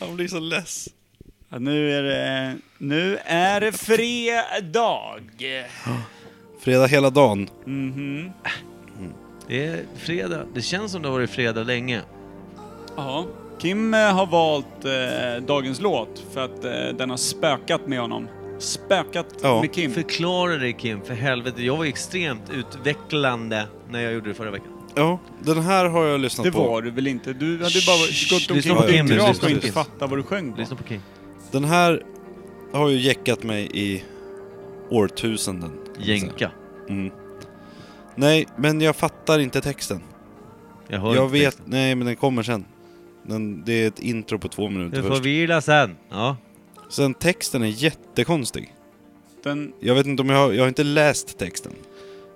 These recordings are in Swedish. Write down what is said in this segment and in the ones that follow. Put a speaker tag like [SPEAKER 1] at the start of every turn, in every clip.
[SPEAKER 1] Han blir så less.
[SPEAKER 2] Ja, nu är det... Nu är det fredag!
[SPEAKER 1] Fredag hela dagen.
[SPEAKER 2] Mhm.
[SPEAKER 3] Det är fredag. Det känns som det har varit fredag länge.
[SPEAKER 2] Ja. Kim eh, har valt eh, dagens låt för att eh, den har spökat med honom. Spökat
[SPEAKER 1] Ja.
[SPEAKER 2] med Kim.
[SPEAKER 3] Förklara dig Kim, för helvete. Jag var extremt utvecklande när jag gjorde det förra veckan.
[SPEAKER 1] Ja, den här har jag lyssnat
[SPEAKER 2] Det
[SPEAKER 1] på.
[SPEAKER 2] var du väl inte? Du hade bara
[SPEAKER 3] Shh,
[SPEAKER 2] gått omkring
[SPEAKER 1] på
[SPEAKER 3] lyssna
[SPEAKER 2] på din
[SPEAKER 1] Kim nu,
[SPEAKER 2] graf
[SPEAKER 1] lyssna
[SPEAKER 2] och
[SPEAKER 1] på
[SPEAKER 2] inte
[SPEAKER 3] Kim.
[SPEAKER 2] fattat vad du sjöng på.
[SPEAKER 3] Lyssna på Kim.
[SPEAKER 1] Den här har ju jäckat mig i årtusenden. kan man säga.
[SPEAKER 3] Jänka.
[SPEAKER 1] Mm. Nej, men jag fattar inte texten.
[SPEAKER 3] Jag hör
[SPEAKER 1] jag
[SPEAKER 3] inte
[SPEAKER 1] vet,
[SPEAKER 3] texten.
[SPEAKER 1] nej men den kommer sen. Den, det är ett intro på två minuter
[SPEAKER 3] Du får
[SPEAKER 1] först.
[SPEAKER 3] vila sen. Ja.
[SPEAKER 1] Sen texten är jättekonstig.
[SPEAKER 2] Den,
[SPEAKER 1] Jag vet inte om jag har, jag har inte läst texten.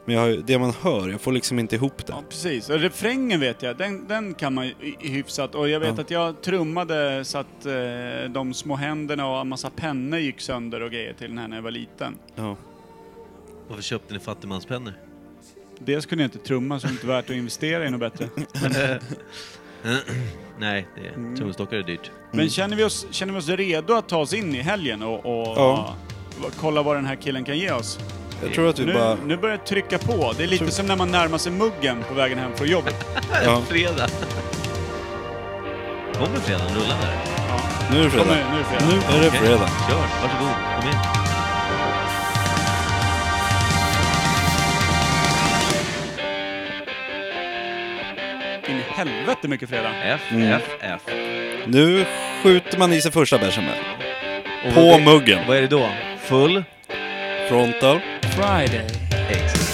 [SPEAKER 1] Men jag har, ju- det man hör, jag får liksom inte ihop det.
[SPEAKER 2] ja, precis. Och refrängen vet jag, den, den kan man ju i- i hyfsat. Och jag vet
[SPEAKER 1] Ja.
[SPEAKER 2] att jag trummade så att eh, de små händerna och en massa pennor gick sönder och grejer till den här när jag var liten.
[SPEAKER 1] Ja.
[SPEAKER 3] Varför köpte ni fattigmanspennor?
[SPEAKER 2] Dels kunde jag inte trumma så det är inte värt att investera i något bättre.
[SPEAKER 3] Nej, det
[SPEAKER 1] Mm.
[SPEAKER 3] är... trumstockar är dyrt.
[SPEAKER 2] Men känner vi, oss, känner vi oss redo att ta oss in i helgen och, och
[SPEAKER 1] Ja.
[SPEAKER 2] och kolla vad den här killen kan ge oss?
[SPEAKER 1] Jag tror att vi
[SPEAKER 2] Nu,
[SPEAKER 1] bara...
[SPEAKER 2] nu börjar det trycka på. Det är lite som när man närmar sig muggen på vägen hem från jobbet.
[SPEAKER 1] Ja,
[SPEAKER 3] Fredag. Kommer fredagen rulla där?
[SPEAKER 1] nu är det
[SPEAKER 2] Kom nu,
[SPEAKER 1] fredag.
[SPEAKER 2] nu är det
[SPEAKER 1] Nu
[SPEAKER 2] fredag.
[SPEAKER 1] är det
[SPEAKER 3] Okej,
[SPEAKER 1] fredag.
[SPEAKER 3] Kör, varsågod. Kom in.
[SPEAKER 2] In i helvete mycket fredag.
[SPEAKER 3] F,
[SPEAKER 1] Mm.
[SPEAKER 3] F, F.
[SPEAKER 1] Nu skjuter man i sig första bärsen med.
[SPEAKER 3] Och
[SPEAKER 1] På
[SPEAKER 3] vad-
[SPEAKER 1] muggen.
[SPEAKER 3] Vad är det då? Full?
[SPEAKER 1] Frontal.
[SPEAKER 2] Friday.
[SPEAKER 3] Exakt.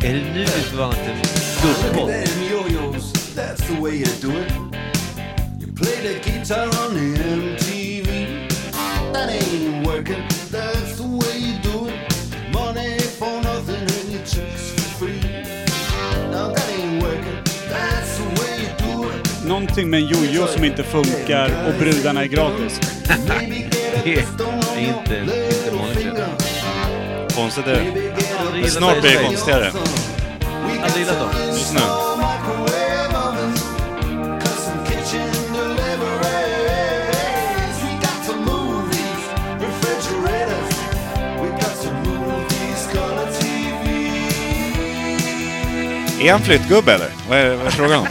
[SPEAKER 3] Är det nu vi förvandlas till
[SPEAKER 4] Look
[SPEAKER 3] gubbpop?
[SPEAKER 4] at them yo-yos, that's the way you do it. You play the guitar on the MTV. That ain't working, that's the way you do it. Money for nothing and your chicks for free. Now that ain't working, that's the way you do it.
[SPEAKER 2] Någonting med en jojo som inte funkar och brudarna är gratis.
[SPEAKER 4] Maybe get a
[SPEAKER 3] Det är
[SPEAKER 4] pistol on your
[SPEAKER 3] inte- inte
[SPEAKER 4] little
[SPEAKER 3] vanligt,
[SPEAKER 4] finger.
[SPEAKER 1] Konstigt är det.
[SPEAKER 4] Maybe get a
[SPEAKER 3] Aldrig
[SPEAKER 4] pistol
[SPEAKER 3] gillat
[SPEAKER 1] Snart blir det
[SPEAKER 3] Space.
[SPEAKER 1] konstigare.
[SPEAKER 3] Aldrig gillat dem.
[SPEAKER 1] Just nu. Är han flyttgubbe eller? Vad är, vad är frågan om?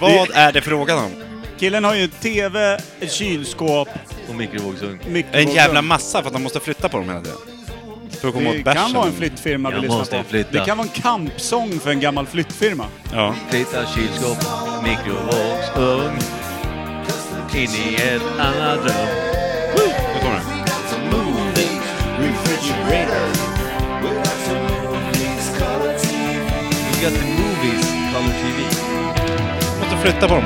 [SPEAKER 1] vad är det frågan om?
[SPEAKER 2] Killen har ju TV, ett kylskåp,
[SPEAKER 3] Och mikrovågsugn.
[SPEAKER 2] mikrovågsugn.
[SPEAKER 1] En jävla massa för att han måste flytta på dem hela tiden. För att komma
[SPEAKER 2] Det
[SPEAKER 1] åt
[SPEAKER 2] kan
[SPEAKER 1] bärsen.
[SPEAKER 2] vara en flyttfirma vi
[SPEAKER 3] Jag måste
[SPEAKER 2] lyssnar på.
[SPEAKER 3] flytta.
[SPEAKER 2] Det kan vara en kampsång för en gammal flyttfirma.
[SPEAKER 1] Ja.
[SPEAKER 3] Flytta kylskåp, mikrovågsugn. In i ett annat rum.
[SPEAKER 1] Nu kommer den.
[SPEAKER 3] We got the movies, color TV.
[SPEAKER 1] Måste flytta på dem.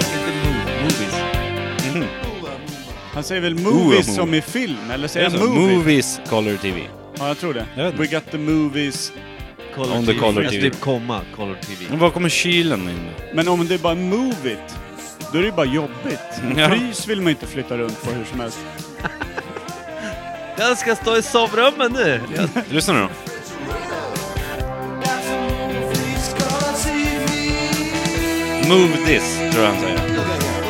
[SPEAKER 3] Inte mo- movies.
[SPEAKER 2] Han säger väl movies
[SPEAKER 1] movie.
[SPEAKER 2] som i film, eller
[SPEAKER 1] Det
[SPEAKER 2] säger
[SPEAKER 1] är så.
[SPEAKER 2] han movie?
[SPEAKER 1] Alltså, Movies Color TV.
[SPEAKER 2] Ja, jag tror det.
[SPEAKER 1] Jag vet
[SPEAKER 2] We
[SPEAKER 1] inte.
[SPEAKER 2] got the movies.
[SPEAKER 3] Color
[SPEAKER 1] On the
[SPEAKER 3] TV.
[SPEAKER 1] color
[SPEAKER 3] Alltså
[SPEAKER 1] TV.
[SPEAKER 3] typ komma, color TV.
[SPEAKER 1] Men var kommer kylen in?
[SPEAKER 2] Men om det är bara move it, då är det ju bara jobbigt.
[SPEAKER 1] Ja.
[SPEAKER 2] Frys vill man ju inte flytta runt på hur som helst.
[SPEAKER 3] Jag ska stå i sovrummet nu!
[SPEAKER 1] Lyssna nu då. Move this, tror jag han säger.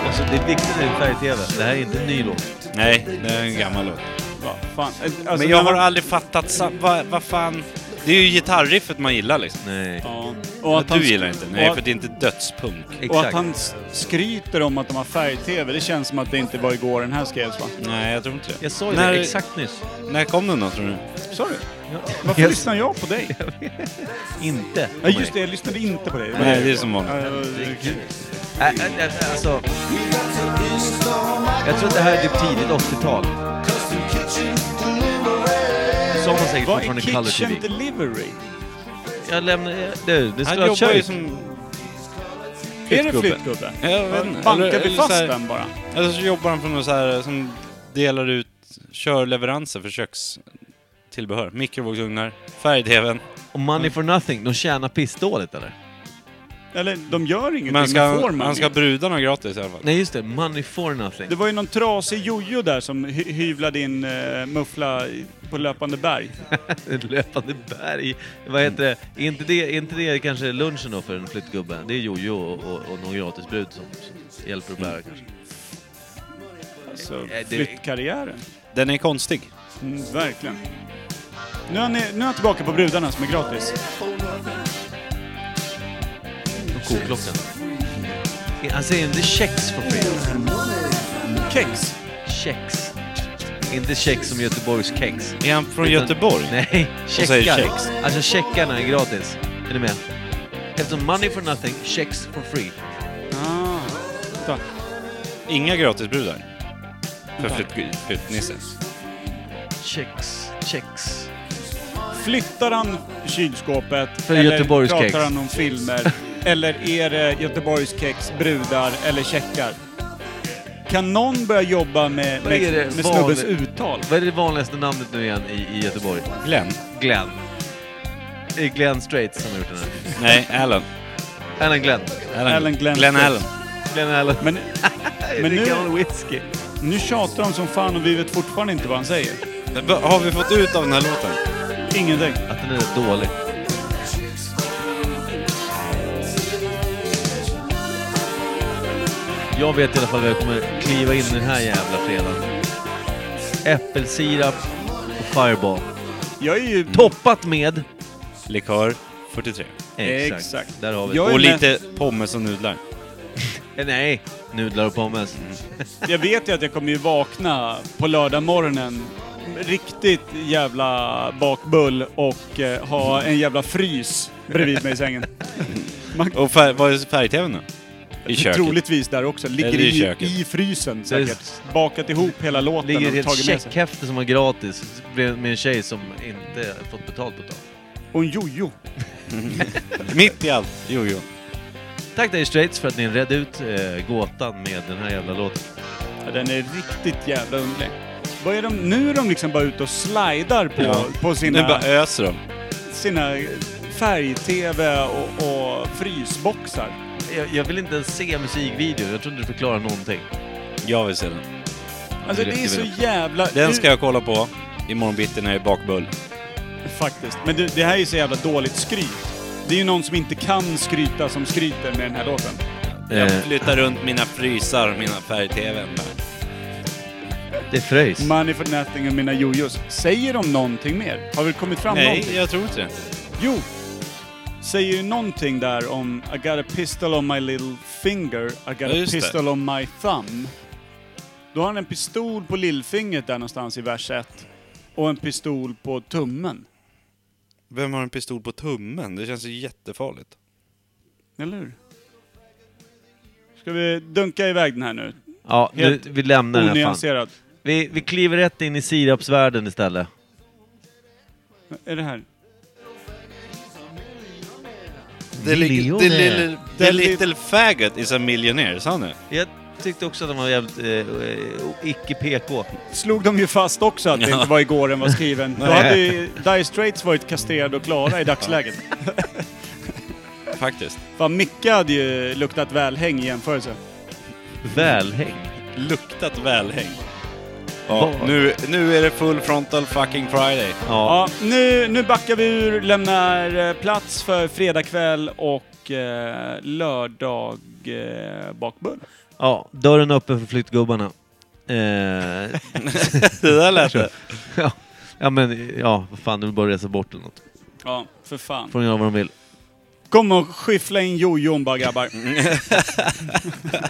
[SPEAKER 3] Alltså, det är viktigt nu i färg-tv. Det här är inte en ny låt.
[SPEAKER 1] Nej, det är en gammal låt.
[SPEAKER 2] Va, fan. Alltså,
[SPEAKER 1] Men jag
[SPEAKER 2] när
[SPEAKER 1] har
[SPEAKER 2] man-
[SPEAKER 1] aldrig fattat sa- vad vad fan... Det är ju gitarriffet man gillar liksom.
[SPEAKER 3] Nej.
[SPEAKER 2] Ja. Och att han
[SPEAKER 1] Du
[SPEAKER 2] sk-
[SPEAKER 1] gillar inte?
[SPEAKER 2] och
[SPEAKER 1] Nej,
[SPEAKER 2] att-
[SPEAKER 1] för det är inte dödspunk.
[SPEAKER 2] Och att
[SPEAKER 3] Exakt.
[SPEAKER 2] han s- skryter om att de har färg-tv, det känns som att det inte var igår den här skrevs va?
[SPEAKER 1] Nej, jag tror inte det.
[SPEAKER 3] Jag sa ju
[SPEAKER 1] när,
[SPEAKER 3] det exakt nyss.
[SPEAKER 1] När kom den då, tror du?
[SPEAKER 2] Sa du? Varför
[SPEAKER 3] Yes.
[SPEAKER 2] lyssnar jag på dig?
[SPEAKER 3] Inte.
[SPEAKER 2] Ja just det, jag lyssnade inte på dig.
[SPEAKER 1] Nej, det är som vanligt.
[SPEAKER 2] Ja, det var kul.
[SPEAKER 3] Äh, äh, äh, alltså, jag tror att det här är typ tidigt 80-tal. Sa man säkert
[SPEAKER 2] Vad är
[SPEAKER 3] fortfarande color
[SPEAKER 2] kitchen
[SPEAKER 3] TV?
[SPEAKER 2] delivery?
[SPEAKER 3] Jag lämnar... Du, det
[SPEAKER 1] Han
[SPEAKER 3] skulle ha
[SPEAKER 1] jobbar ju
[SPEAKER 3] kört.
[SPEAKER 1] som...
[SPEAKER 2] Är det
[SPEAKER 1] Flyttgubbe.
[SPEAKER 2] flyttgubbe?
[SPEAKER 1] Jag vet inte. Eller-
[SPEAKER 2] Bankar vi
[SPEAKER 1] eller
[SPEAKER 2] fast
[SPEAKER 1] så här-
[SPEAKER 2] den bara?
[SPEAKER 1] Eller så jobbar han för någon så här som delar ut, kör leveranser för kökstillbehör. Mikrovågsugnar, färg-tvn.
[SPEAKER 3] Och Money for Nothing, de tjänar pissdåligt eller?
[SPEAKER 2] Eller de gör ingenting,
[SPEAKER 1] Men
[SPEAKER 2] men
[SPEAKER 1] ska,
[SPEAKER 2] får
[SPEAKER 1] han
[SPEAKER 2] man
[SPEAKER 1] ska ha brudarna gratis i alla fall.
[SPEAKER 3] Nej just det, money for nothing.
[SPEAKER 2] Det var ju någon trasig jojo där som hy- hyvlade in eh, muffla i- på löpande berg.
[SPEAKER 3] Ett löpande berg. Vad heter det? Är inte det, är inte det kanske lunchen då för en flyttgubbe? Det är jojo och, och, och någon gratisbrud som, som hjälper att bära kanske.
[SPEAKER 2] Alltså,
[SPEAKER 3] Eh, det-
[SPEAKER 2] flyttkarriären.
[SPEAKER 1] Den är konstig.
[SPEAKER 2] Mm, verkligen. Nu är, ni, nu är jag tillbaka på brudarna som är gratis.
[SPEAKER 3] Och koklockan. Han säger inte alltså, checks for free.
[SPEAKER 2] Kex!
[SPEAKER 3] Checks. Inte checks som Göteborgs kex.
[SPEAKER 1] Är han från
[SPEAKER 3] Utan-
[SPEAKER 1] Göteborg?
[SPEAKER 3] Nej,
[SPEAKER 1] säger
[SPEAKER 3] checkar.
[SPEAKER 1] checks.
[SPEAKER 3] Alltså checkarna är gratis. Är ni med? Eftersom money for nothing, checks for free.
[SPEAKER 2] Ah, tack.
[SPEAKER 1] Inga gratisbrudar. För flytt- flyttnisse.
[SPEAKER 3] Checks, checks.
[SPEAKER 2] Flyttar han kylskåpet?
[SPEAKER 3] För
[SPEAKER 2] eller
[SPEAKER 3] Göteborgs
[SPEAKER 2] pratar
[SPEAKER 3] kex.
[SPEAKER 2] han om filmer? eller är det Göteborgskex, brudar eller checkar? Kan någon börja jobba med,
[SPEAKER 3] Vad är
[SPEAKER 2] med,
[SPEAKER 3] det
[SPEAKER 2] med snubbens
[SPEAKER 3] vanligt?
[SPEAKER 2] uttal?
[SPEAKER 3] Vad är det vanligaste namnet nu igen i, i Göteborg?
[SPEAKER 1] Glenn?
[SPEAKER 3] Glenn. Det är Glenn Strait som har gjort den här.
[SPEAKER 1] Nej, Allen.
[SPEAKER 3] Alan Glenn.
[SPEAKER 2] Allen Glenn
[SPEAKER 1] Glenn
[SPEAKER 2] Strait.
[SPEAKER 1] Allen.
[SPEAKER 3] Glenn Allen.
[SPEAKER 2] Men men nu-
[SPEAKER 3] det är gammal whisky.
[SPEAKER 2] nu tjatar de som fan och vi vet fortfarande inte vad han säger.
[SPEAKER 1] Vad Har vi fått ut av den här låten?
[SPEAKER 2] Ingenting.
[SPEAKER 3] Att den är rätt dålig. Jag vet i alla fall vad jag kommer kliva in i den här jävla fredagen. Äppelsirap och Fireball.
[SPEAKER 2] Jag är ju...
[SPEAKER 3] Toppat med...
[SPEAKER 1] Likör 43.
[SPEAKER 2] Exakt.
[SPEAKER 3] Där har vi det.
[SPEAKER 2] Jag är
[SPEAKER 1] Och
[SPEAKER 2] med.
[SPEAKER 1] lite pommes och nudlar.
[SPEAKER 3] Eh, Nej, nudlar och pommes.
[SPEAKER 2] Mm. Jag vet ju att jag kommer ju vakna på lördag morgonen riktigt jävla bakbull och eh, ha en jävla frys bredvid mig i sängen. Man,
[SPEAKER 1] Och färg, vad är färg-tvn då? I köket.
[SPEAKER 2] troligtvis där också. Ligger
[SPEAKER 1] Eller i
[SPEAKER 2] i,
[SPEAKER 1] köket.
[SPEAKER 2] i frysen
[SPEAKER 3] är-
[SPEAKER 2] säkert. Bakat ihop hela låten
[SPEAKER 3] Ligger
[SPEAKER 2] och
[SPEAKER 3] ett helt
[SPEAKER 2] tagit med sig.
[SPEAKER 3] checkhäfte som var gratis med med en tjej som inte fått betalt på ett tag.
[SPEAKER 2] Och en jojo.
[SPEAKER 1] Mitt i allt. Jo, jo.
[SPEAKER 3] Tack Dire Straits för att ni redde ut eh, gåtan med den här jävla låten.
[SPEAKER 2] Ja, den är riktigt jävla underlig. Vad är de, nu är de liksom bara ute och slidar på,
[SPEAKER 1] Ja.
[SPEAKER 2] på
[SPEAKER 1] Nu
[SPEAKER 2] sina...
[SPEAKER 1] bara öser de.
[SPEAKER 2] sina färg-tv och, och frysboxar.
[SPEAKER 3] Jag, jag vill inte ens se musikvideon, jag tror inte du förklarar någonting.
[SPEAKER 1] Jag vill se den.
[SPEAKER 2] Alltså det är så jävla...
[SPEAKER 1] Den ska jag kolla på imorgon bitti när jag är bakbull.
[SPEAKER 2] Faktiskt. Men du, det här är ju så jävla dåligt skryt. Det är ju någon som inte kan skryta som skryter med den här låten.
[SPEAKER 1] Jag
[SPEAKER 3] Eh,
[SPEAKER 1] flyttar runt mina frysar, mina färg-tvn.
[SPEAKER 3] det frös.
[SPEAKER 2] Money for nothing och mina jojos. Säger de någonting mer? Har vi kommit fram
[SPEAKER 1] Nej,
[SPEAKER 2] någonting?
[SPEAKER 1] jag tror inte det.
[SPEAKER 2] Jo! Säger ju någonting där om I got a pistol on my little finger, I got
[SPEAKER 1] Ja,
[SPEAKER 2] a
[SPEAKER 1] just det.
[SPEAKER 2] pistol on my thumb. Då har han en pistol på lillfingret där någonstans i vers 1 och en pistol på tummen.
[SPEAKER 1] Vem har en pistol på tummen? Det känns ju jättefarligt.
[SPEAKER 2] Eller hur? Ska vi dunka iväg den här nu?
[SPEAKER 3] Ja, nu,
[SPEAKER 2] Helt
[SPEAKER 3] vi lämnar den här fan.
[SPEAKER 2] Onyanserad.
[SPEAKER 3] Vi, vi kliver rätt in i sirapsvärlden istället.
[SPEAKER 2] Är det här?
[SPEAKER 1] The, li- the, little,
[SPEAKER 2] Miljoner.
[SPEAKER 1] the little faggot is a millionaire, sa han det?
[SPEAKER 3] Jag tyckte också att den var jävligt eh, eh, icke PK.
[SPEAKER 2] Slog de ju fast också att det inte var igår den var skriven. Då hade ju Dire Straits varit kastrerade och klara i dagsläget.
[SPEAKER 1] Faktiskt.
[SPEAKER 2] Fan, Micke hade ju luktat välhäng i jämförelse.
[SPEAKER 3] Välhäng.
[SPEAKER 1] Luktat välhäng. Ja,
[SPEAKER 3] Var?
[SPEAKER 1] nu, nu är det full frontal fucking Friday.
[SPEAKER 3] Ja.
[SPEAKER 2] Ja, nu, nu backar vi ur, lämnar eh, plats för fredag kväll och eh, lördag eh, bakbull.
[SPEAKER 3] ja, dörren öppen för flyttgubbarna. Eh,
[SPEAKER 1] Det där lät det.
[SPEAKER 3] ja. ja, men ja, vad fan, nu bara resa bort eller något.
[SPEAKER 2] Ja, för fan.
[SPEAKER 3] Får de göra vad de vill.
[SPEAKER 2] Kom och skyffla in jojon bara grabbar.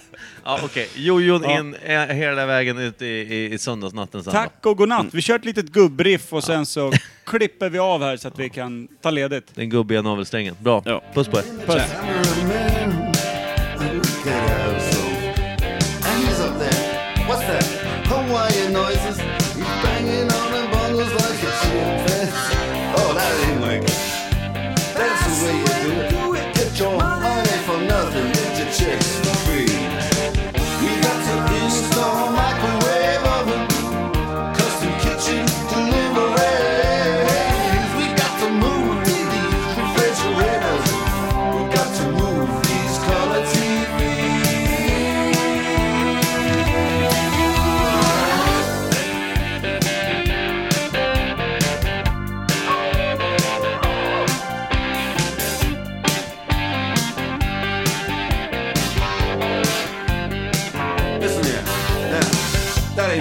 [SPEAKER 3] Ja, okej. Jojon
[SPEAKER 2] Ja.
[SPEAKER 3] in eh, hela vägen ut i, i, i söndagsnatten sen då.
[SPEAKER 2] Tack och godnatt. Vi kör ett litet gubbbriff och sen så klipper vi av här så att vi kan ta ledigt.
[SPEAKER 3] Den gubbiga navelsträngen. Bra.
[SPEAKER 1] Ja.
[SPEAKER 3] Puss på er.
[SPEAKER 2] Puss.
[SPEAKER 4] Cameraman, look at her so. And he's up there. What's that? Hawaiian noises. He's banging on the bongos like a chimpanzee. Oh, that ain't like it. That's the way you do it. Get your money for nothing. Get your checks for free. We got to install a microwave oven, custom kitchen deliveries. We got to move to these refrigerators. We got to move these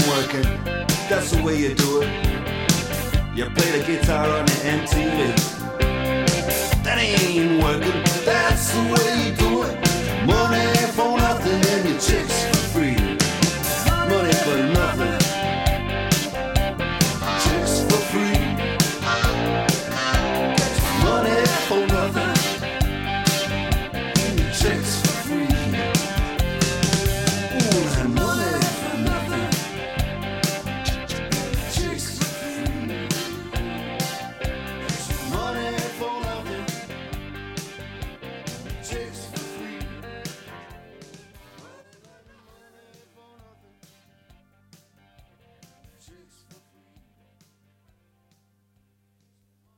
[SPEAKER 4] working. That's the way you do it. You play the guitar on the MTV. That ain't working. That's the way you do